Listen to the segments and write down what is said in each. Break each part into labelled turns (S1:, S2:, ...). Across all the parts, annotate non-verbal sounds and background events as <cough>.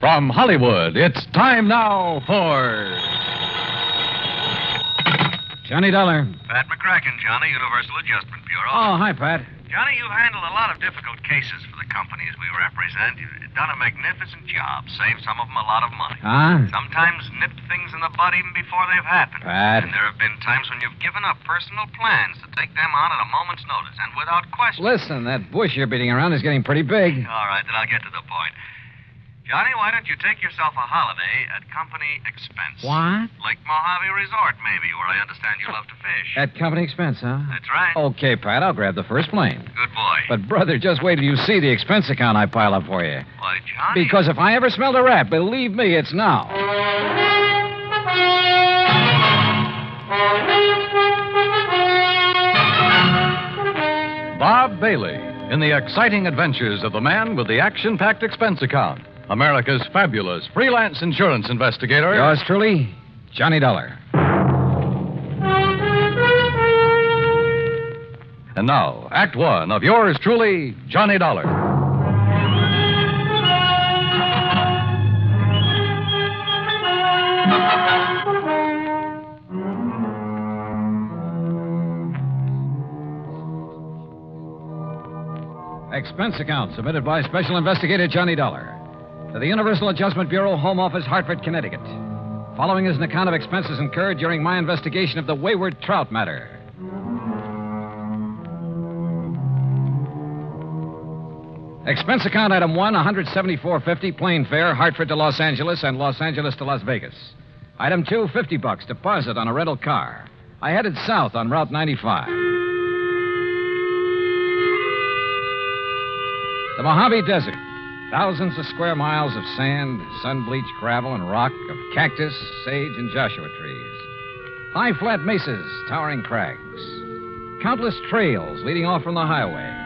S1: From Hollywood, it's time now for.
S2: Johnny Dollar.
S3: Pat McCracken, Johnny, Universal Adjustment Bureau.
S2: Oh, hi, Pat.
S3: Johnny, you've handled a lot of difficult cases for the companies we represent. You've done a magnificent job, saved some of them a lot of money.
S2: Huh?
S3: Sometimes nipped things in the bud even before they've happened.
S2: Pat.
S3: And there have been times when you've given up personal plans to take them on at a moment's notice and without question.
S2: Listen, that bush you're beating around is getting pretty big.
S3: All right, then I'll get to the point. Johnny, why don't you take yourself a holiday at company expense?
S2: What?
S3: Like Mojave Resort, maybe, where I understand you love to fish.
S2: At company expense, huh?
S3: That's right.
S2: Okay, Pat, I'll grab the first plane.
S3: Good boy.
S2: But, brother, just wait till you see the expense account I pile up for you.
S3: Why, Johnny.
S2: Because if I ever smelled a rat, believe me, it's now.
S1: Bob Bailey in the exciting adventures of the man with the action packed expense account. America's fabulous freelance insurance investigator.
S2: Yours truly, Johnny Dollar.
S1: And now, Act One of yours truly, Johnny Dollar.
S2: Expense account submitted by Special Investigator Johnny Dollar to the Universal Adjustment Bureau, Home Office, Hartford, Connecticut. Following is an account of expenses incurred during my investigation of the wayward trout matter. Expense account item one, 174.50 plane fare, Hartford to Los Angeles and Los Angeles to Las Vegas. Item two, 50 bucks deposit on a rental car. I headed south on Route 95. The Mojave Desert. Thousands of square miles of sand, sun bleached gravel and rock, of cactus, sage, and Joshua trees. High flat mesas, towering crags. Countless trails leading off from the highway.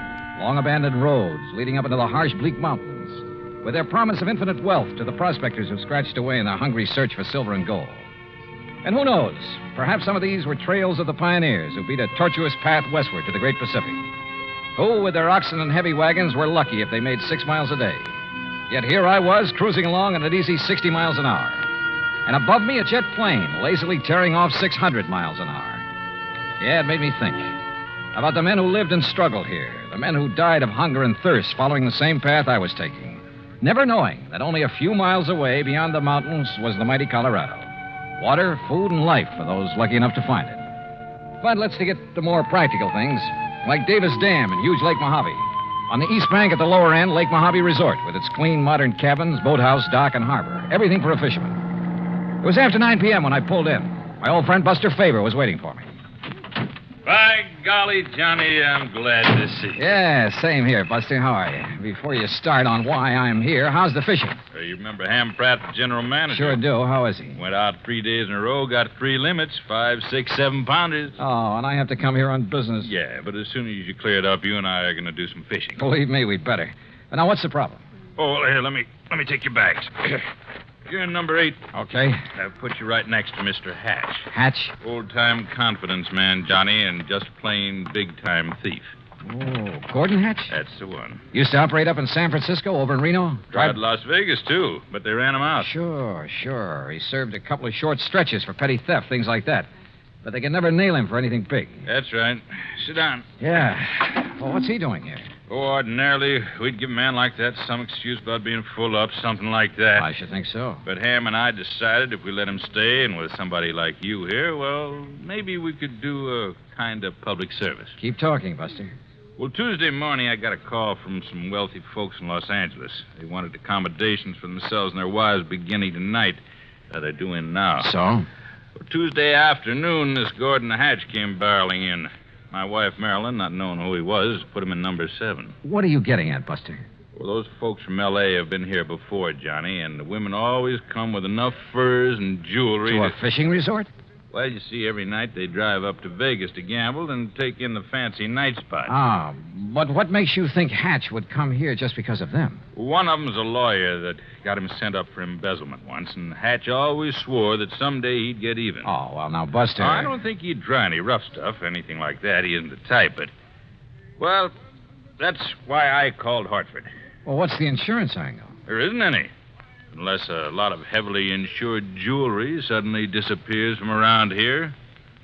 S2: Long abandoned roads leading up into the harsh, bleak mountains, with their promise of infinite wealth to the prospectors who've scratched away in their hungry search for silver and gold. And who knows? Perhaps some of these were trails of the pioneers who beat a tortuous path westward to the Great Pacific who, with their oxen and heavy wagons, were lucky if they made six miles a day. Yet here I was, cruising along at an easy 60 miles an hour. And above me, a jet plane lazily tearing off 600 miles an hour. Yeah, it made me think about the men who lived and struggled here, the men who died of hunger and thirst following the same path I was taking, never knowing that only a few miles away beyond the mountains was the mighty Colorado. Water, food, and life for those lucky enough to find it. But let's get to more practical things, like Davis Dam and huge Lake Mojave. On the east bank at the lower end, Lake Mojave Resort, with its clean modern cabins, boathouse, dock, and harbor. Everything for a fisherman. It was after 9 p.m. when I pulled in. My old friend Buster Faber was waiting for me.
S4: By golly, Johnny, I'm glad to see you.
S2: Yeah, same here, Buster. How are you? Before you start on why I'm here, how's the fishing?
S4: Uh, you remember Ham Pratt, the general
S2: Sure
S4: manager?
S2: do. How is he?
S4: Went out three days in a row, got three limits, five, six, seven pounders.
S2: Oh, and I have to come here on business.
S4: Yeah, but as soon as you clear it up, you and I are going to do some fishing.
S2: Believe me, we'd better. But now, what's the problem?
S4: Oh, well, here, let me let me take your
S2: <coughs>
S4: bags. You're in number eight.
S2: Okay.
S4: I've put you right next to Mr. Hatch.
S2: Hatch?
S4: Old-time confidence man, Johnny, and just plain big-time thief.
S2: Oh, Gordon Hatch?
S4: That's the one.
S2: Used to operate up in San Francisco, over in Reno.
S4: Tried Las Vegas, too, but they ran him out.
S2: Sure, sure. He served a couple of short stretches for petty theft, things like that. But they could never nail him for anything big.
S4: That's right. Sit down.
S2: Yeah. Well, what's he doing here?
S4: Oh, ordinarily, we'd give a man like that some excuse about being full up, something like that.
S2: I should think so.
S4: But Ham and I decided if we let him stay and with somebody like you here, well, maybe we could do a kind of public service.
S2: Keep talking, Buster.
S4: Well, Tuesday morning, I got a call from some wealthy folks in Los Angeles. They wanted accommodations for themselves and their wives beginning tonight. Uh, they're doing now.
S2: So?
S4: Well, Tuesday afternoon, this Gordon Hatch came barreling in. My wife, Marilyn, not knowing who he was, put him in number seven.
S2: What are you getting at, Buster?
S4: Well, those folks from L.A. have been here before, Johnny, and the women always come with enough furs and jewelry.
S2: To a
S4: to-
S2: fishing resort?
S4: Well, you see, every night they drive up to Vegas to gamble and take in the fancy night spots.
S2: Ah, but what makes you think Hatch would come here just because of them?
S4: One of 'em's a lawyer that got him sent up for embezzlement once, and Hatch always swore that someday he'd get even.
S2: Oh, well, now, Buster.
S4: Now, I don't think he'd try any rough stuff, anything like that. He isn't the type, but. Well, that's why I called Hartford.
S2: Well, what's the insurance angle?
S4: There isn't any. Unless a lot of heavily insured jewelry suddenly disappears from around here.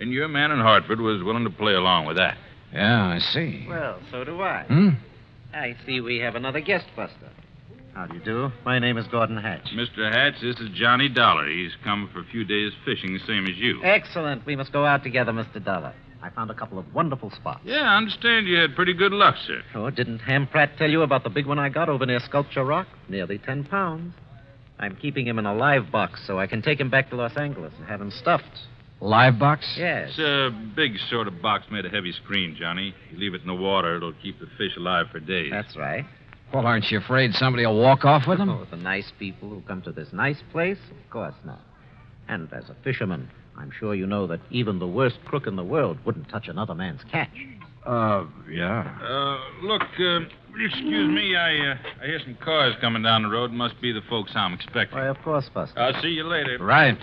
S4: And your man in Hartford was willing to play along with that.
S2: Yeah, I see.
S5: Well, so do I.
S2: Hmm?
S5: I see we have another guest buster. How do you do? My name is Gordon Hatch.
S4: Mr. Hatch, this is Johnny Dollar. He's come for a few days fishing, same as you.
S5: Excellent. We must go out together, Mr. Dollar. I found a couple of wonderful spots.
S4: Yeah, I understand you had pretty good luck, sir.
S5: Oh, didn't Ham Pratt tell you about the big one I got over near Sculpture Rock? Nearly 10 pounds. I'm keeping him in a live box so I can take him back to Los Angeles and have him stuffed.
S2: Live box?
S5: Yes.
S4: It's a big sort of box made of heavy screen, Johnny. You leave it in the water, it'll keep the fish alive for days.
S5: That's right.
S2: Well, aren't you afraid somebody will walk off with them?
S5: Oh, <laughs> the nice people who come to this nice place? Of course not. And as a fisherman, I'm sure you know that even the worst crook in the world wouldn't touch another man's catch.
S2: Uh, yeah.
S4: Uh, look, uh, excuse me. I uh, I hear some cars coming down the road. Must be the folks I'm expecting.
S5: Why, of course, Buster.
S2: Uh,
S4: I'll see you later.
S2: Right.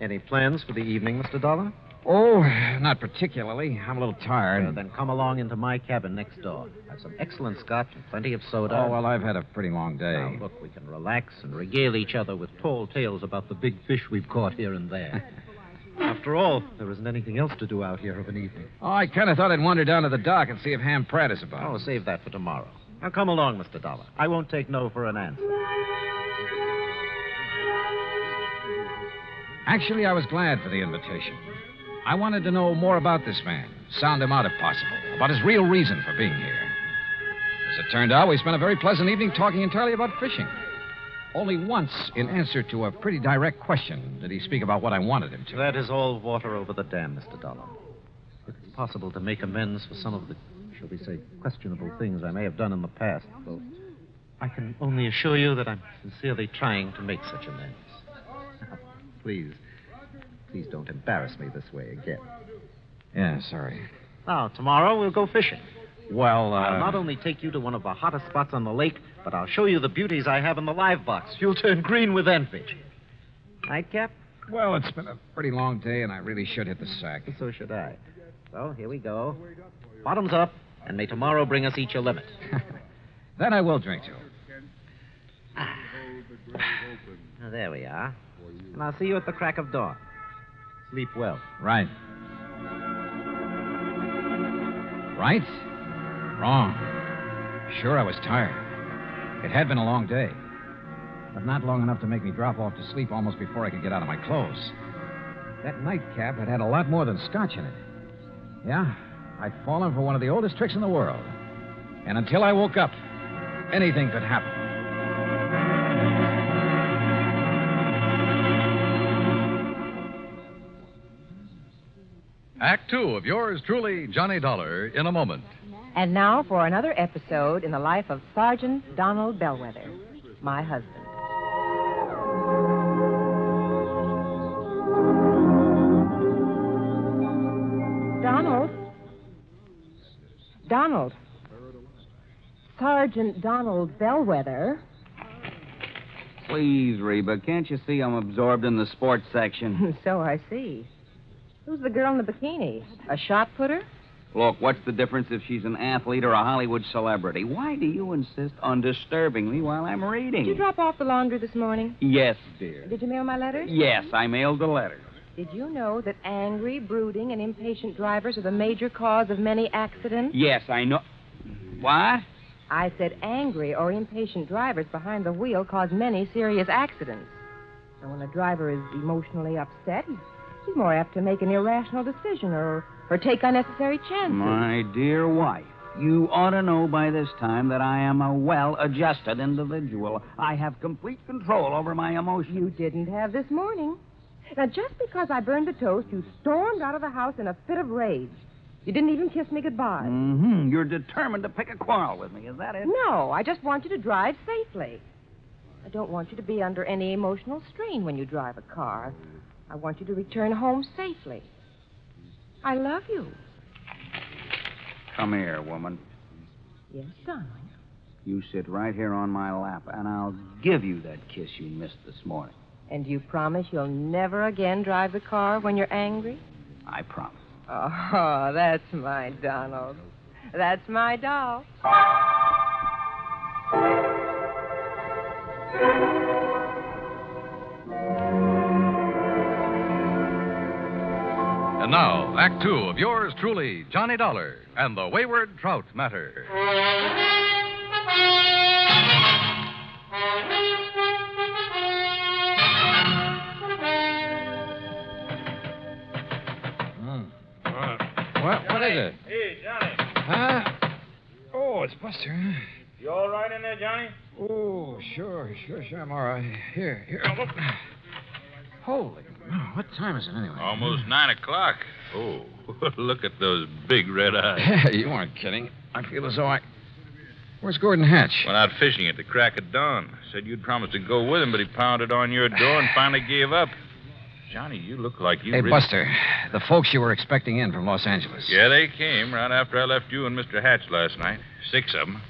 S5: Any plans for the evening, Mr. Dollar?
S2: Oh, not particularly. I'm a little
S5: Well,
S2: tired.
S5: then come along into my cabin next door. Have some excellent scotch and plenty of soda.
S2: Oh, well, I've had a pretty long
S5: Now,
S2: day.
S5: look, we can relax and regale each other with tall tales about the big fish we've caught here and
S2: <laughs>
S5: there. After all, there isn't anything else to do out here of an evening.
S2: Oh, I kind of thought I'd wander down to the dock and see if Ham Pratt is about.
S5: Oh, save that for tomorrow. Now, come along, Mr. Dollar. I won't take no for an answer.
S2: Actually, I was glad for the invitation. I wanted to know more about this man, sound him out if possible, about his real reason for being here. As it turned out, we spent a very pleasant evening talking entirely about fishing. Only once, in answer to a pretty direct question, did he speak about what I wanted him to.
S5: That is all water over the dam, Mr. Dollar. If it's possible to make amends for some of the, shall we say, questionable things I may have done in the past, though I can only assure you that I'm sincerely trying to make such amends. Now, please, please don't embarrass me this way again.
S2: Yeah, sorry.
S5: Now, tomorrow we'll go fishing.
S2: Well, uh.
S5: I'll not only take you to one of the hottest spots on the lake, but I'll show you the beauties I have in the live box. You'll turn green with envy. Right, Cap?
S2: Well, it's been a pretty long day, and I really should hit the sack. <laughs>
S5: <laughs> So should I. So here we go. Bottoms up, and may tomorrow bring us each a limit. <sighs>
S2: That I will drink to.
S5: Now, there we are. And I'll see you at the crack of dawn. Sleep well.
S2: Right. Right? Wrong. Sure, I was tired. It had been a long day, but not long enough to make me drop off to sleep almost before I could get out of my clothes. That nightcap had had a lot more than scotch in it. Yeah, I'd fallen for one of the oldest tricks in the world. And until I woke up, anything could happen.
S1: Act two of yours truly, Johnny Dollar, in a moment.
S6: And now for another episode in the life of Sergeant Donald Bellwether, my husband. Donald. Donald. Sergeant Donald Bellwether.
S7: Please, Reba, can't you see I'm absorbed in the sports section?
S6: <laughs> so I see. Who's the girl in the bikini? A shot putter?
S7: Look, what's the difference if she's an athlete or a Hollywood celebrity? Why do you insist on disturbing me while I'm reading?
S6: Did you drop off the laundry this morning?
S7: Yes, dear.
S6: Did you mail my letters?
S7: Yes, I mailed the letter.
S6: Did you know that angry, brooding, and impatient drivers are the major cause of many accidents?
S7: Yes, I know. What?
S6: I said angry or impatient drivers behind the wheel cause many serious accidents. And when a driver is emotionally upset, he's, he's more apt to make an irrational decision or, or take unnecessary chances.
S7: My dear wife, you ought to know by this time that I am a well adjusted individual. I have complete control over my emotions.
S6: You didn't have this morning. Now, just because I burned the toast, you stormed out of the house in a fit of rage. You didn't even kiss me goodbye.
S7: hmm You're determined to pick a quarrel with me, is that it?
S6: No, I just want you to drive safely. I don't want you to be under any emotional strain when you drive a car. I want you to return home safely. I love you.
S7: Come here, woman.
S6: Yes, darling.
S7: You sit right here on my lap, and I'll give you that kiss you missed this morning.
S6: And you promise you'll never again drive the car when you're angry?
S7: I promise.
S6: Oh, <laughs> that's my Donald. That's my doll.
S1: And now, Act Two of yours truly, Johnny Dollar and the Wayward Trout Matter.
S2: Hmm. What, what is it?
S8: Hey, Johnny.
S2: Huh? Oh, it's Buster. huh?
S8: You all right in there, Johnny?
S2: Oh, sure, sure, sure. I'm all right. Here, here. Oh, look. Holy. moly, What time is it anyway?
S4: Almost nine o'clock. Oh, <laughs> look at those big red eyes.
S2: Yeah, <laughs> you aren't kidding. I feel as though I. Where's Gordon Hatch?
S4: Went out fishing at the crack of dawn. Said you'd promised to go with him, but he pounded on your door and finally gave up. Johnny, you look like you.
S2: Hey,
S4: really-
S2: Buster, the folks you were expecting in from Los Angeles.
S4: Yeah, they came right after I left you and Mr. Hatch last night. Six of them.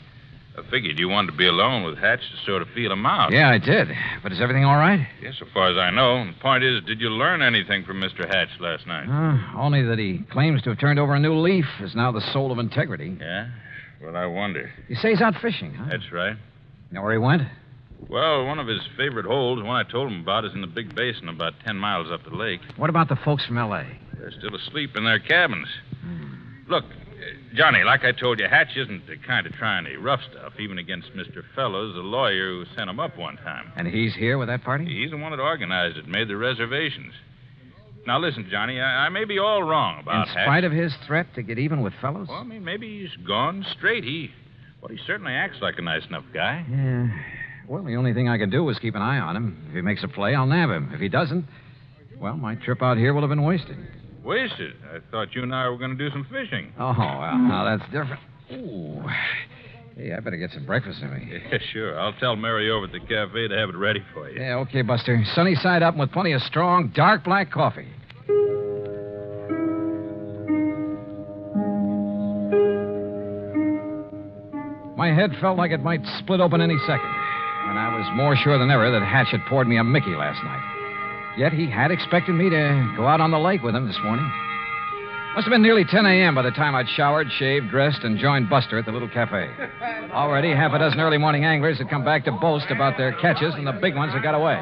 S4: I figured you wanted to be alone with Hatch to sort of feel him out.
S2: Yeah, I did. But is everything all right?
S4: Yeah, so far as I know. The point is, did you learn anything from Mr. Hatch last night?
S2: Uh, only that he claims to have turned over a new leaf is now the soul of integrity.
S4: Yeah? Well, I wonder.
S2: You say he's out fishing, huh?
S4: That's right.
S2: You know where he went?
S4: Well, one of his favorite holes, one I told him about, is in the Big Basin, about 10 miles up the lake.
S2: What about the folks from L.A.?
S4: They're still asleep in their cabins. Look, uh, Johnny, like I told you, Hatch isn't the kind to try any rough stuff, even against Mr. Fellows, the lawyer who sent him up one time.
S2: And he's here with that party?
S4: He's the one that organized it, made the reservations. Now, listen, Johnny, I, I may be all wrong
S2: In
S4: about Hatch.
S2: spite of his threat to get even with fellows?
S4: Well, I mean, maybe he's gone straight. He, well, he certainly acts like a nice enough guy.
S2: Yeah. Well, the only thing I can do is keep an eye on him. If he makes a play, I'll nab him. If he doesn't, well, my trip out here will have been wasted.
S4: Wasted. I thought you and I were going to do some fishing.
S2: Oh, well, now that's different. Ooh. Hey, I better get some breakfast in me.
S4: Yeah, sure. I'll tell Mary over at the cafe to have it ready for you.
S2: Yeah, okay, Buster. Sunny side up and with plenty of strong, dark black coffee. My head felt like it might split open any second, and I was more sure than ever that Hatch had poured me a Mickey last night. Yet he had expected me to go out on the lake with him this morning. Must have been nearly 10 a.m. by the time I'd showered, shaved, dressed, and joined Buster at the little cafe. Already, half a dozen early morning anglers had come back to boast about their catches and the big ones that got away.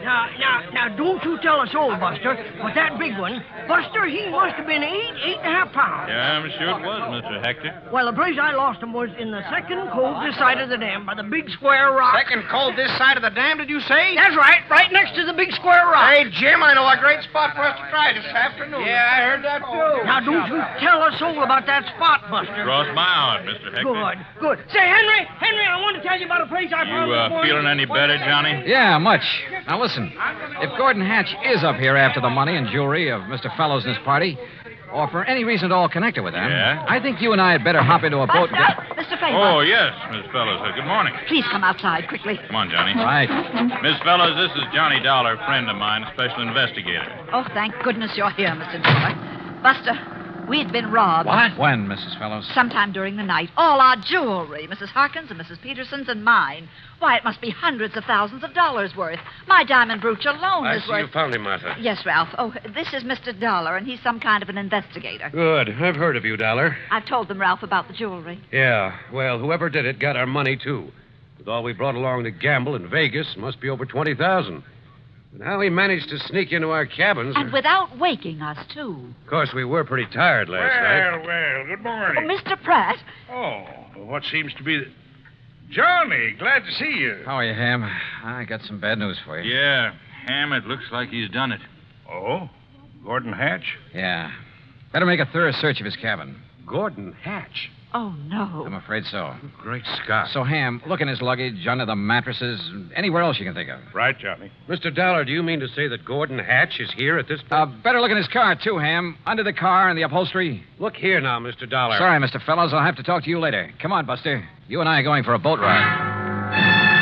S9: Now, now, now, don't you tell us old Buster, but that big one, Buster, he must have been eight, eight and a half pounds.
S4: Yeah, I'm sure it was, Mr. Hector.
S9: Well, the place I lost him was in the second cove this side of the dam by the big square rock.
S10: Second cold this side of the dam, did you say?
S9: That's right, right next to the big square rock.
S10: Hey, Jim, I know a great spot for us to try this afternoon. Yeah, I heard that too.
S9: Now, don't you tell us all about that spot, Buster.
S4: Cross my arm, Mr. Hector.
S9: Good, good. Say, Henry, Henry, I want to tell you about a place I found
S4: You
S9: this
S4: uh,
S9: morning.
S4: feeling any better, Johnny?
S2: Yeah, much. Now listen, if Gordon Hatch is up here after the money and jewelry of Mr. Fellows and his party, or for any reason at all connected with them,
S4: Yeah?
S2: I think you and I had better hop into a
S10: Oh,
S2: boat. and get-
S11: Mr. Faber,
S4: Oh, yes, Miss Fellows. Uh, Good morning.
S11: please come outside quickly.
S4: Come on, Johnny.
S2: Right.
S4: Miss Fellows, this is Johnny Dollar, friend of mine, special investigator.
S11: Oh, thank goodness you're here, Mr. Dollar. Buster, we'd been robbed.
S2: What? When, Mrs. Fellows?
S11: Sometime during the night. All our jewelry, Mrs. Harkins and Mrs. Peterson's and mine. Why, it must be hundreds of thousands of dollars worth. My diamond brooch alone
S10: I
S11: is
S10: see you
S11: worth.
S10: found him, Martha.
S11: Yes, Ralph. Oh, this is Mr. Dollar, and he's some kind of an investigator.
S10: Good. I've heard of you, Dollar.
S11: I've told them, Ralph, about the jewelry.
S10: Yeah. Well, whoever did it got our money too. With all we brought along to gamble in Vegas, it must be over twenty thousand. And how he managed to sneak into our cabins?
S11: And without waking us, too.
S10: Of course, we were pretty tired last night.
S8: well, good
S11: Oh,
S8: morning.
S11: Mr. Pratt,
S8: Oh, what seems to be the... Johnny, glad to see you.
S2: How are you, Ham? I got some bad news for you.
S4: Yeah, Ham, it looks like he's done it.
S8: Oh, Gordon Hatch?
S2: Yeah. Better make a thorough search of his cabin.
S10: Gordon Hatch.
S11: Oh, no.
S2: I'm afraid so.
S10: Great Scott.
S2: So, Ham, look in his luggage, under the mattresses, anywhere else you can think of.
S8: Right, Johnny.
S10: Mr. Dollar, do you mean to say that Gordon Hatch is here at this
S2: Uh, better look in his car, too, Ham. Under the car and the upholstery.
S10: Look here now, Mr. Dollar.
S2: Sorry, Mr. Fellows. I'll have to talk to you later. Come on, Buster. You and I are going for a boat ride.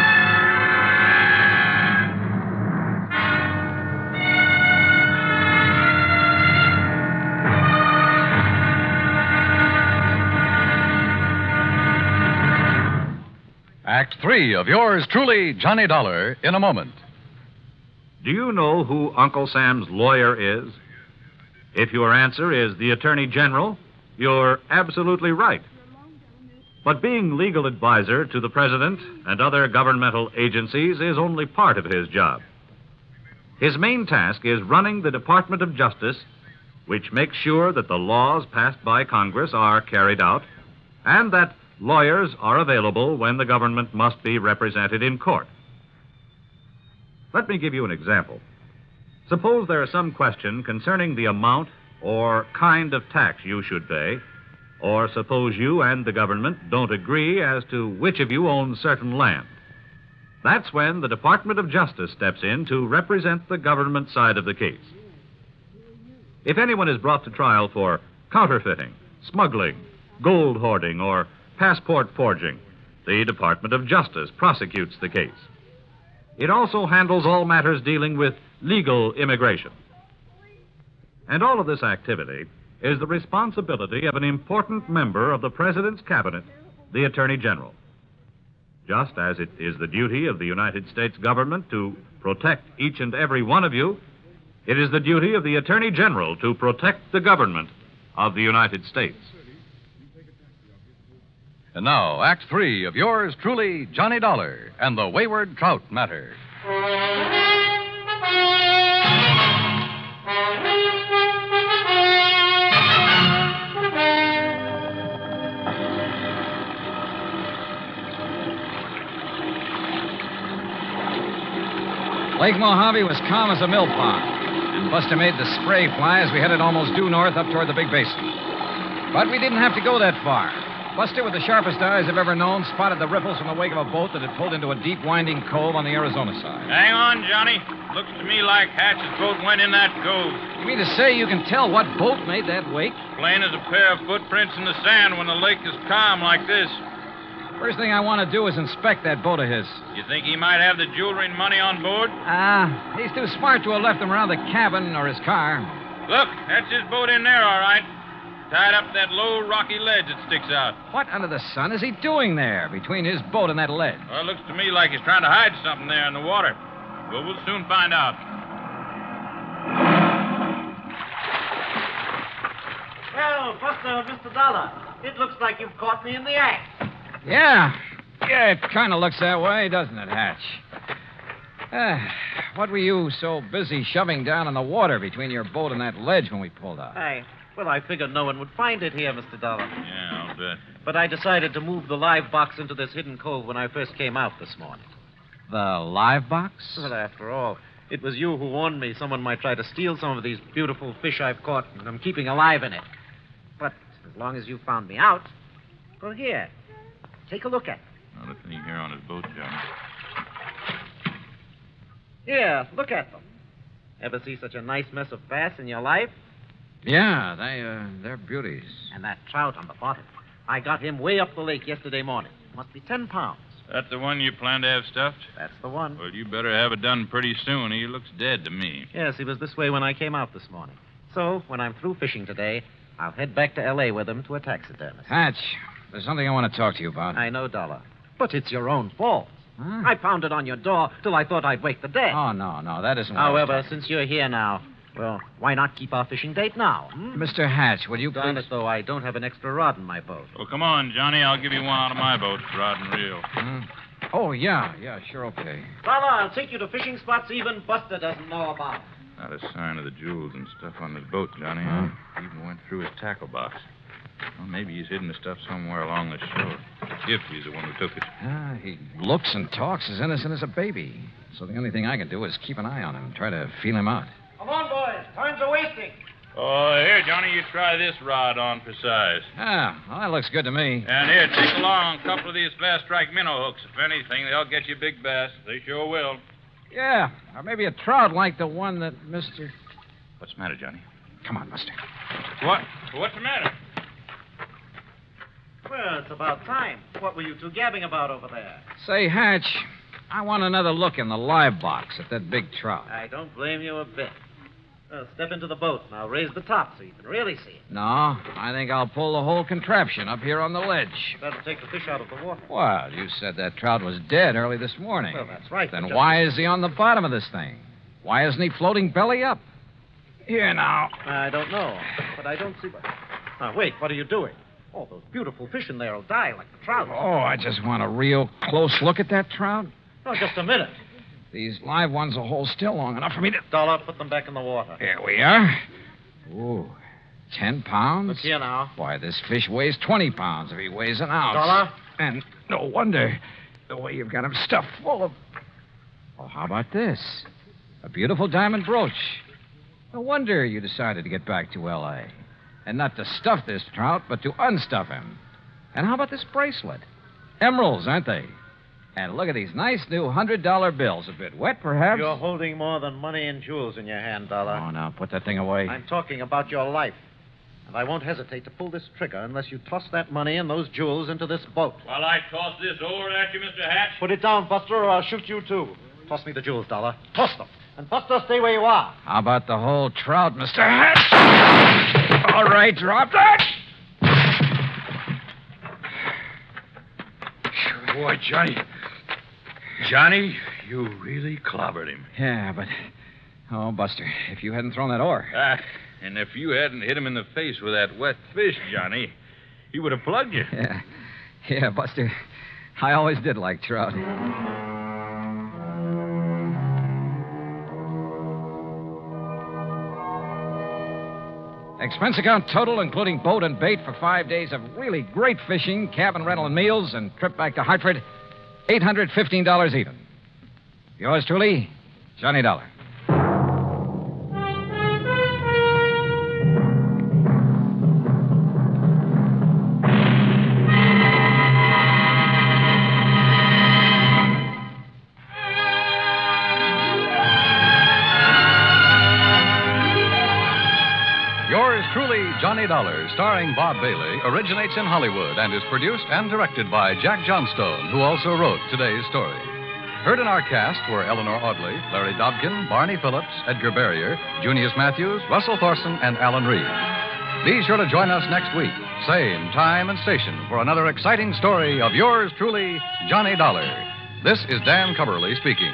S1: Act Three of yours truly, Johnny Dollar, in a moment.
S12: Do you know who Uncle Sam's lawyer is? If your answer is the Attorney General, you're absolutely right. But being legal advisor to the President and other governmental agencies is only part of his job. His main task is running the Department of Justice which makes sure that the laws passed by Congress are carried out and that lawyers are available when the government must be represented in court. Let me give you an example. Suppose there is some question concerning the amount or kind of tax you should pay, or suppose you and the government don't agree as to which of you owns certain land. That's when the Department of Justice steps in to represent the government side of the case. If anyone is brought to trial for counterfeiting, smuggling, gold hoarding, or passport forging, the Department of Justice prosecutes the case. It also handles all matters dealing with legal immigration. And all of this activity is the responsibility of an important member of the President's cabinet, the Attorney General. Just as it is the duty of the United States government to protect each and every one of you, it is the duty of the Attorney General to protect the government of the United States.
S1: And now, Act Three of yours truly, Johnny Dollar and the Wayward Trout Matter.
S2: Lake Mojave was calm as a mill pond, and Buster made the spray fly as we headed almost due north up toward the Big Basin. But we didn't have to go that far. Buster, with the sharpest eyes I've ever known, spotted the ripples from the wake of a boat that had pulled into a deep winding cove on the Arizona side.
S4: Hang on, Johnny. Looks to me like Hatch's boat went in that cove.
S2: You mean to say you can tell what boat made that wake?
S4: Plain as a pair of footprints in the sand when the lake is calm like this.
S2: First thing I want to do is inspect that boat of his.
S4: You think he might have the jewelry and money on board?
S2: Ah, he's too smart to have left them around the cabin or his car.
S4: Look, that's his boat in there, all right. Tied up to that low rocky ledge that sticks out.
S2: What under the sun is he doing there between his boat and that ledge?
S4: Well, it looks to me like he's trying to hide something there in the water. Well, we'll soon find out.
S13: Well, Buster, Mr. Dollar, it looks like you've caught me in the act.
S2: Yeah. Yeah, it kind of looks that way, doesn't it, Hatch? Ah, what were you so busy shoving down in the water between your boat and that ledge when we pulled up?
S5: Hey, well, I figured no one would find it here, Mr. Dollar.
S4: Yeah, I'll bet.
S5: But I decided to move the live box into this hidden cove when I first came out this morning.
S2: The live box?
S5: Well, after all, it was you who warned me someone might try to steal some of these beautiful fish I've caught and I'm keeping alive in it. But as long as you found me out, well, here, take a look at it.
S4: Now, look in here on his boat, Johnny.
S5: Here, look at them. Ever see such a nice mess of bass in your life?
S2: Yeah, they, uh, they're beauties.
S5: And that trout on the bottom. I got him way up the lake yesterday morning. Must be 10 pounds.
S4: That's the one you plan to have stuffed?
S5: That's the one.
S4: Well, you better have it done pretty soon. He looks dead to me.
S5: Yes, he was this way when I came out this morning. So, when I'm through fishing today, I'll head back to L.A. with him to a taxidermist.
S2: Hatch, there's something I want to talk to you about. Hmm?
S5: I know, Dollar. But it's your own fault. I pounded on your door till I thought I'd wake the dead.
S2: Oh, no, no, that isn't what I'm
S5: However, since you're here now, well, why not keep our fishing date now? Hmm?
S2: Mr. Hatch, will you
S5: Darn
S2: Mm. please...
S5: it, though, I don't have an extra rod in my boat.
S4: Well, come on, Johnny. I'll give you one out of my boat, rod and reel.
S2: Oh, yeah, yeah, sure, okay.
S5: Dollar, I'll take you to fishing spots even Buster doesn't know about.
S4: Not a sign of the jewels and stuff on his boat, Johnny. I Even went through his tackle box. Well, maybe he's hidden the stuff somewhere along the shore. If he's the one who took it.
S2: Ah, he looks and talks as innocent as a baby. So the only thing I can do is keep an eye on him, try to feel him out.
S13: Come on, boys. Time's a wasting.
S4: Oh, here, Johnny, you try this rod on for size.
S2: Ah, well, that looks good to me.
S4: And here, take along a couple of these fast strike minnow hooks. If anything, they'll get you big bass. They sure will.
S2: Yeah, or maybe a trout like the one that Mr.
S4: What's the matter, Johnny?
S2: Come on, Buster.
S4: What? What's the matter?
S13: Well, it's about time. What were you two gabbing about over there?
S2: Say, Hatch, I want another look in the live box at that big trout.
S5: I don't blame you a bit. Well, step into the boat and I'll raise the top so you can really see it.
S2: No, I think I'll pull the whole contraption up here on the ledge.
S5: That'll take the fish out of the water.
S2: Well, you said that trout was dead early this morning.
S5: Well, that's right.
S2: Then
S5: Just-
S2: why is he on the bottom of this thing? Why isn't he floating belly up? Here now.
S5: I don't know, but I don't see what. Now, wait, what are you doing? All those beautiful fish in there will die like the trout.
S2: Oh, I just want a real close look at that trout.
S5: No, Oh, just a minute.
S2: These live ones will hold still long enough for me to.
S5: Dollar, put them back in the water.
S2: Here we are. Ooh. Ten pounds?
S5: Look here now.
S2: Why, this fish weighs 20 pounds if he weighs an ounce.
S5: Dollar?
S2: And no wonder, the way you've got him stuffed full of. Well, how about this? A beautiful diamond brooch. No wonder you decided to get back to L.A. And not to stuff this trout, but to unstuff him. And how about this bracelet? Emeralds, aren't they? And look at these nice new $100 bills. A bit wet, perhaps.
S5: You're holding more than money and jewels in your hand, Dollar.
S2: Oh, now, put that thing away.
S5: I'm talking about your life. And I won't hesitate to pull this trigger unless you toss that money and those jewels into this boat.
S14: While I toss this over at you, Mr. Hatch.
S5: Put it down, Buster, or I'll shoot you too. Toss me the jewels, Dollar. Toss them. And Buster, stay where you are.
S2: How about the whole trout, Mr. Hatch? All right, drop that.
S15: Boy, Johnny. Johnny, you really clobbered him.
S2: Yeah, but. Oh, Buster, if you hadn't thrown that oar.
S4: Ah, and if you hadn't hit him in the face with that wet fish, Johnny, he would have plugged you.
S2: Yeah. Yeah, Buster. I always did like trout. Expense account total, including boat and bait for five days of really great fishing, cabin rental and meals, and trip back to Hartford, $815 even. Yours truly, Johnny Dollar.
S1: Yours truly, Johnny Dollar, starring Bob Bailey, originates in Hollywood and is produced and directed by Jack Johnstone, who also wrote today's story. Heard in our cast were Eleanor Audley, Larry Dobkin, Barney Phillips, Edgar Barrier, Junius Matthews, Russell Thorson, and Alan Reed. Be sure to join us next week, same time and station, for another exciting story of yours truly, Johnny Dollar. This is Dan Coverly speaking.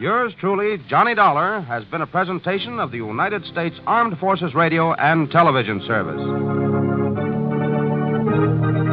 S16: Yours truly, Johnny Dollar, has been a presentation of the United States Armed Forces Radio and Television Service.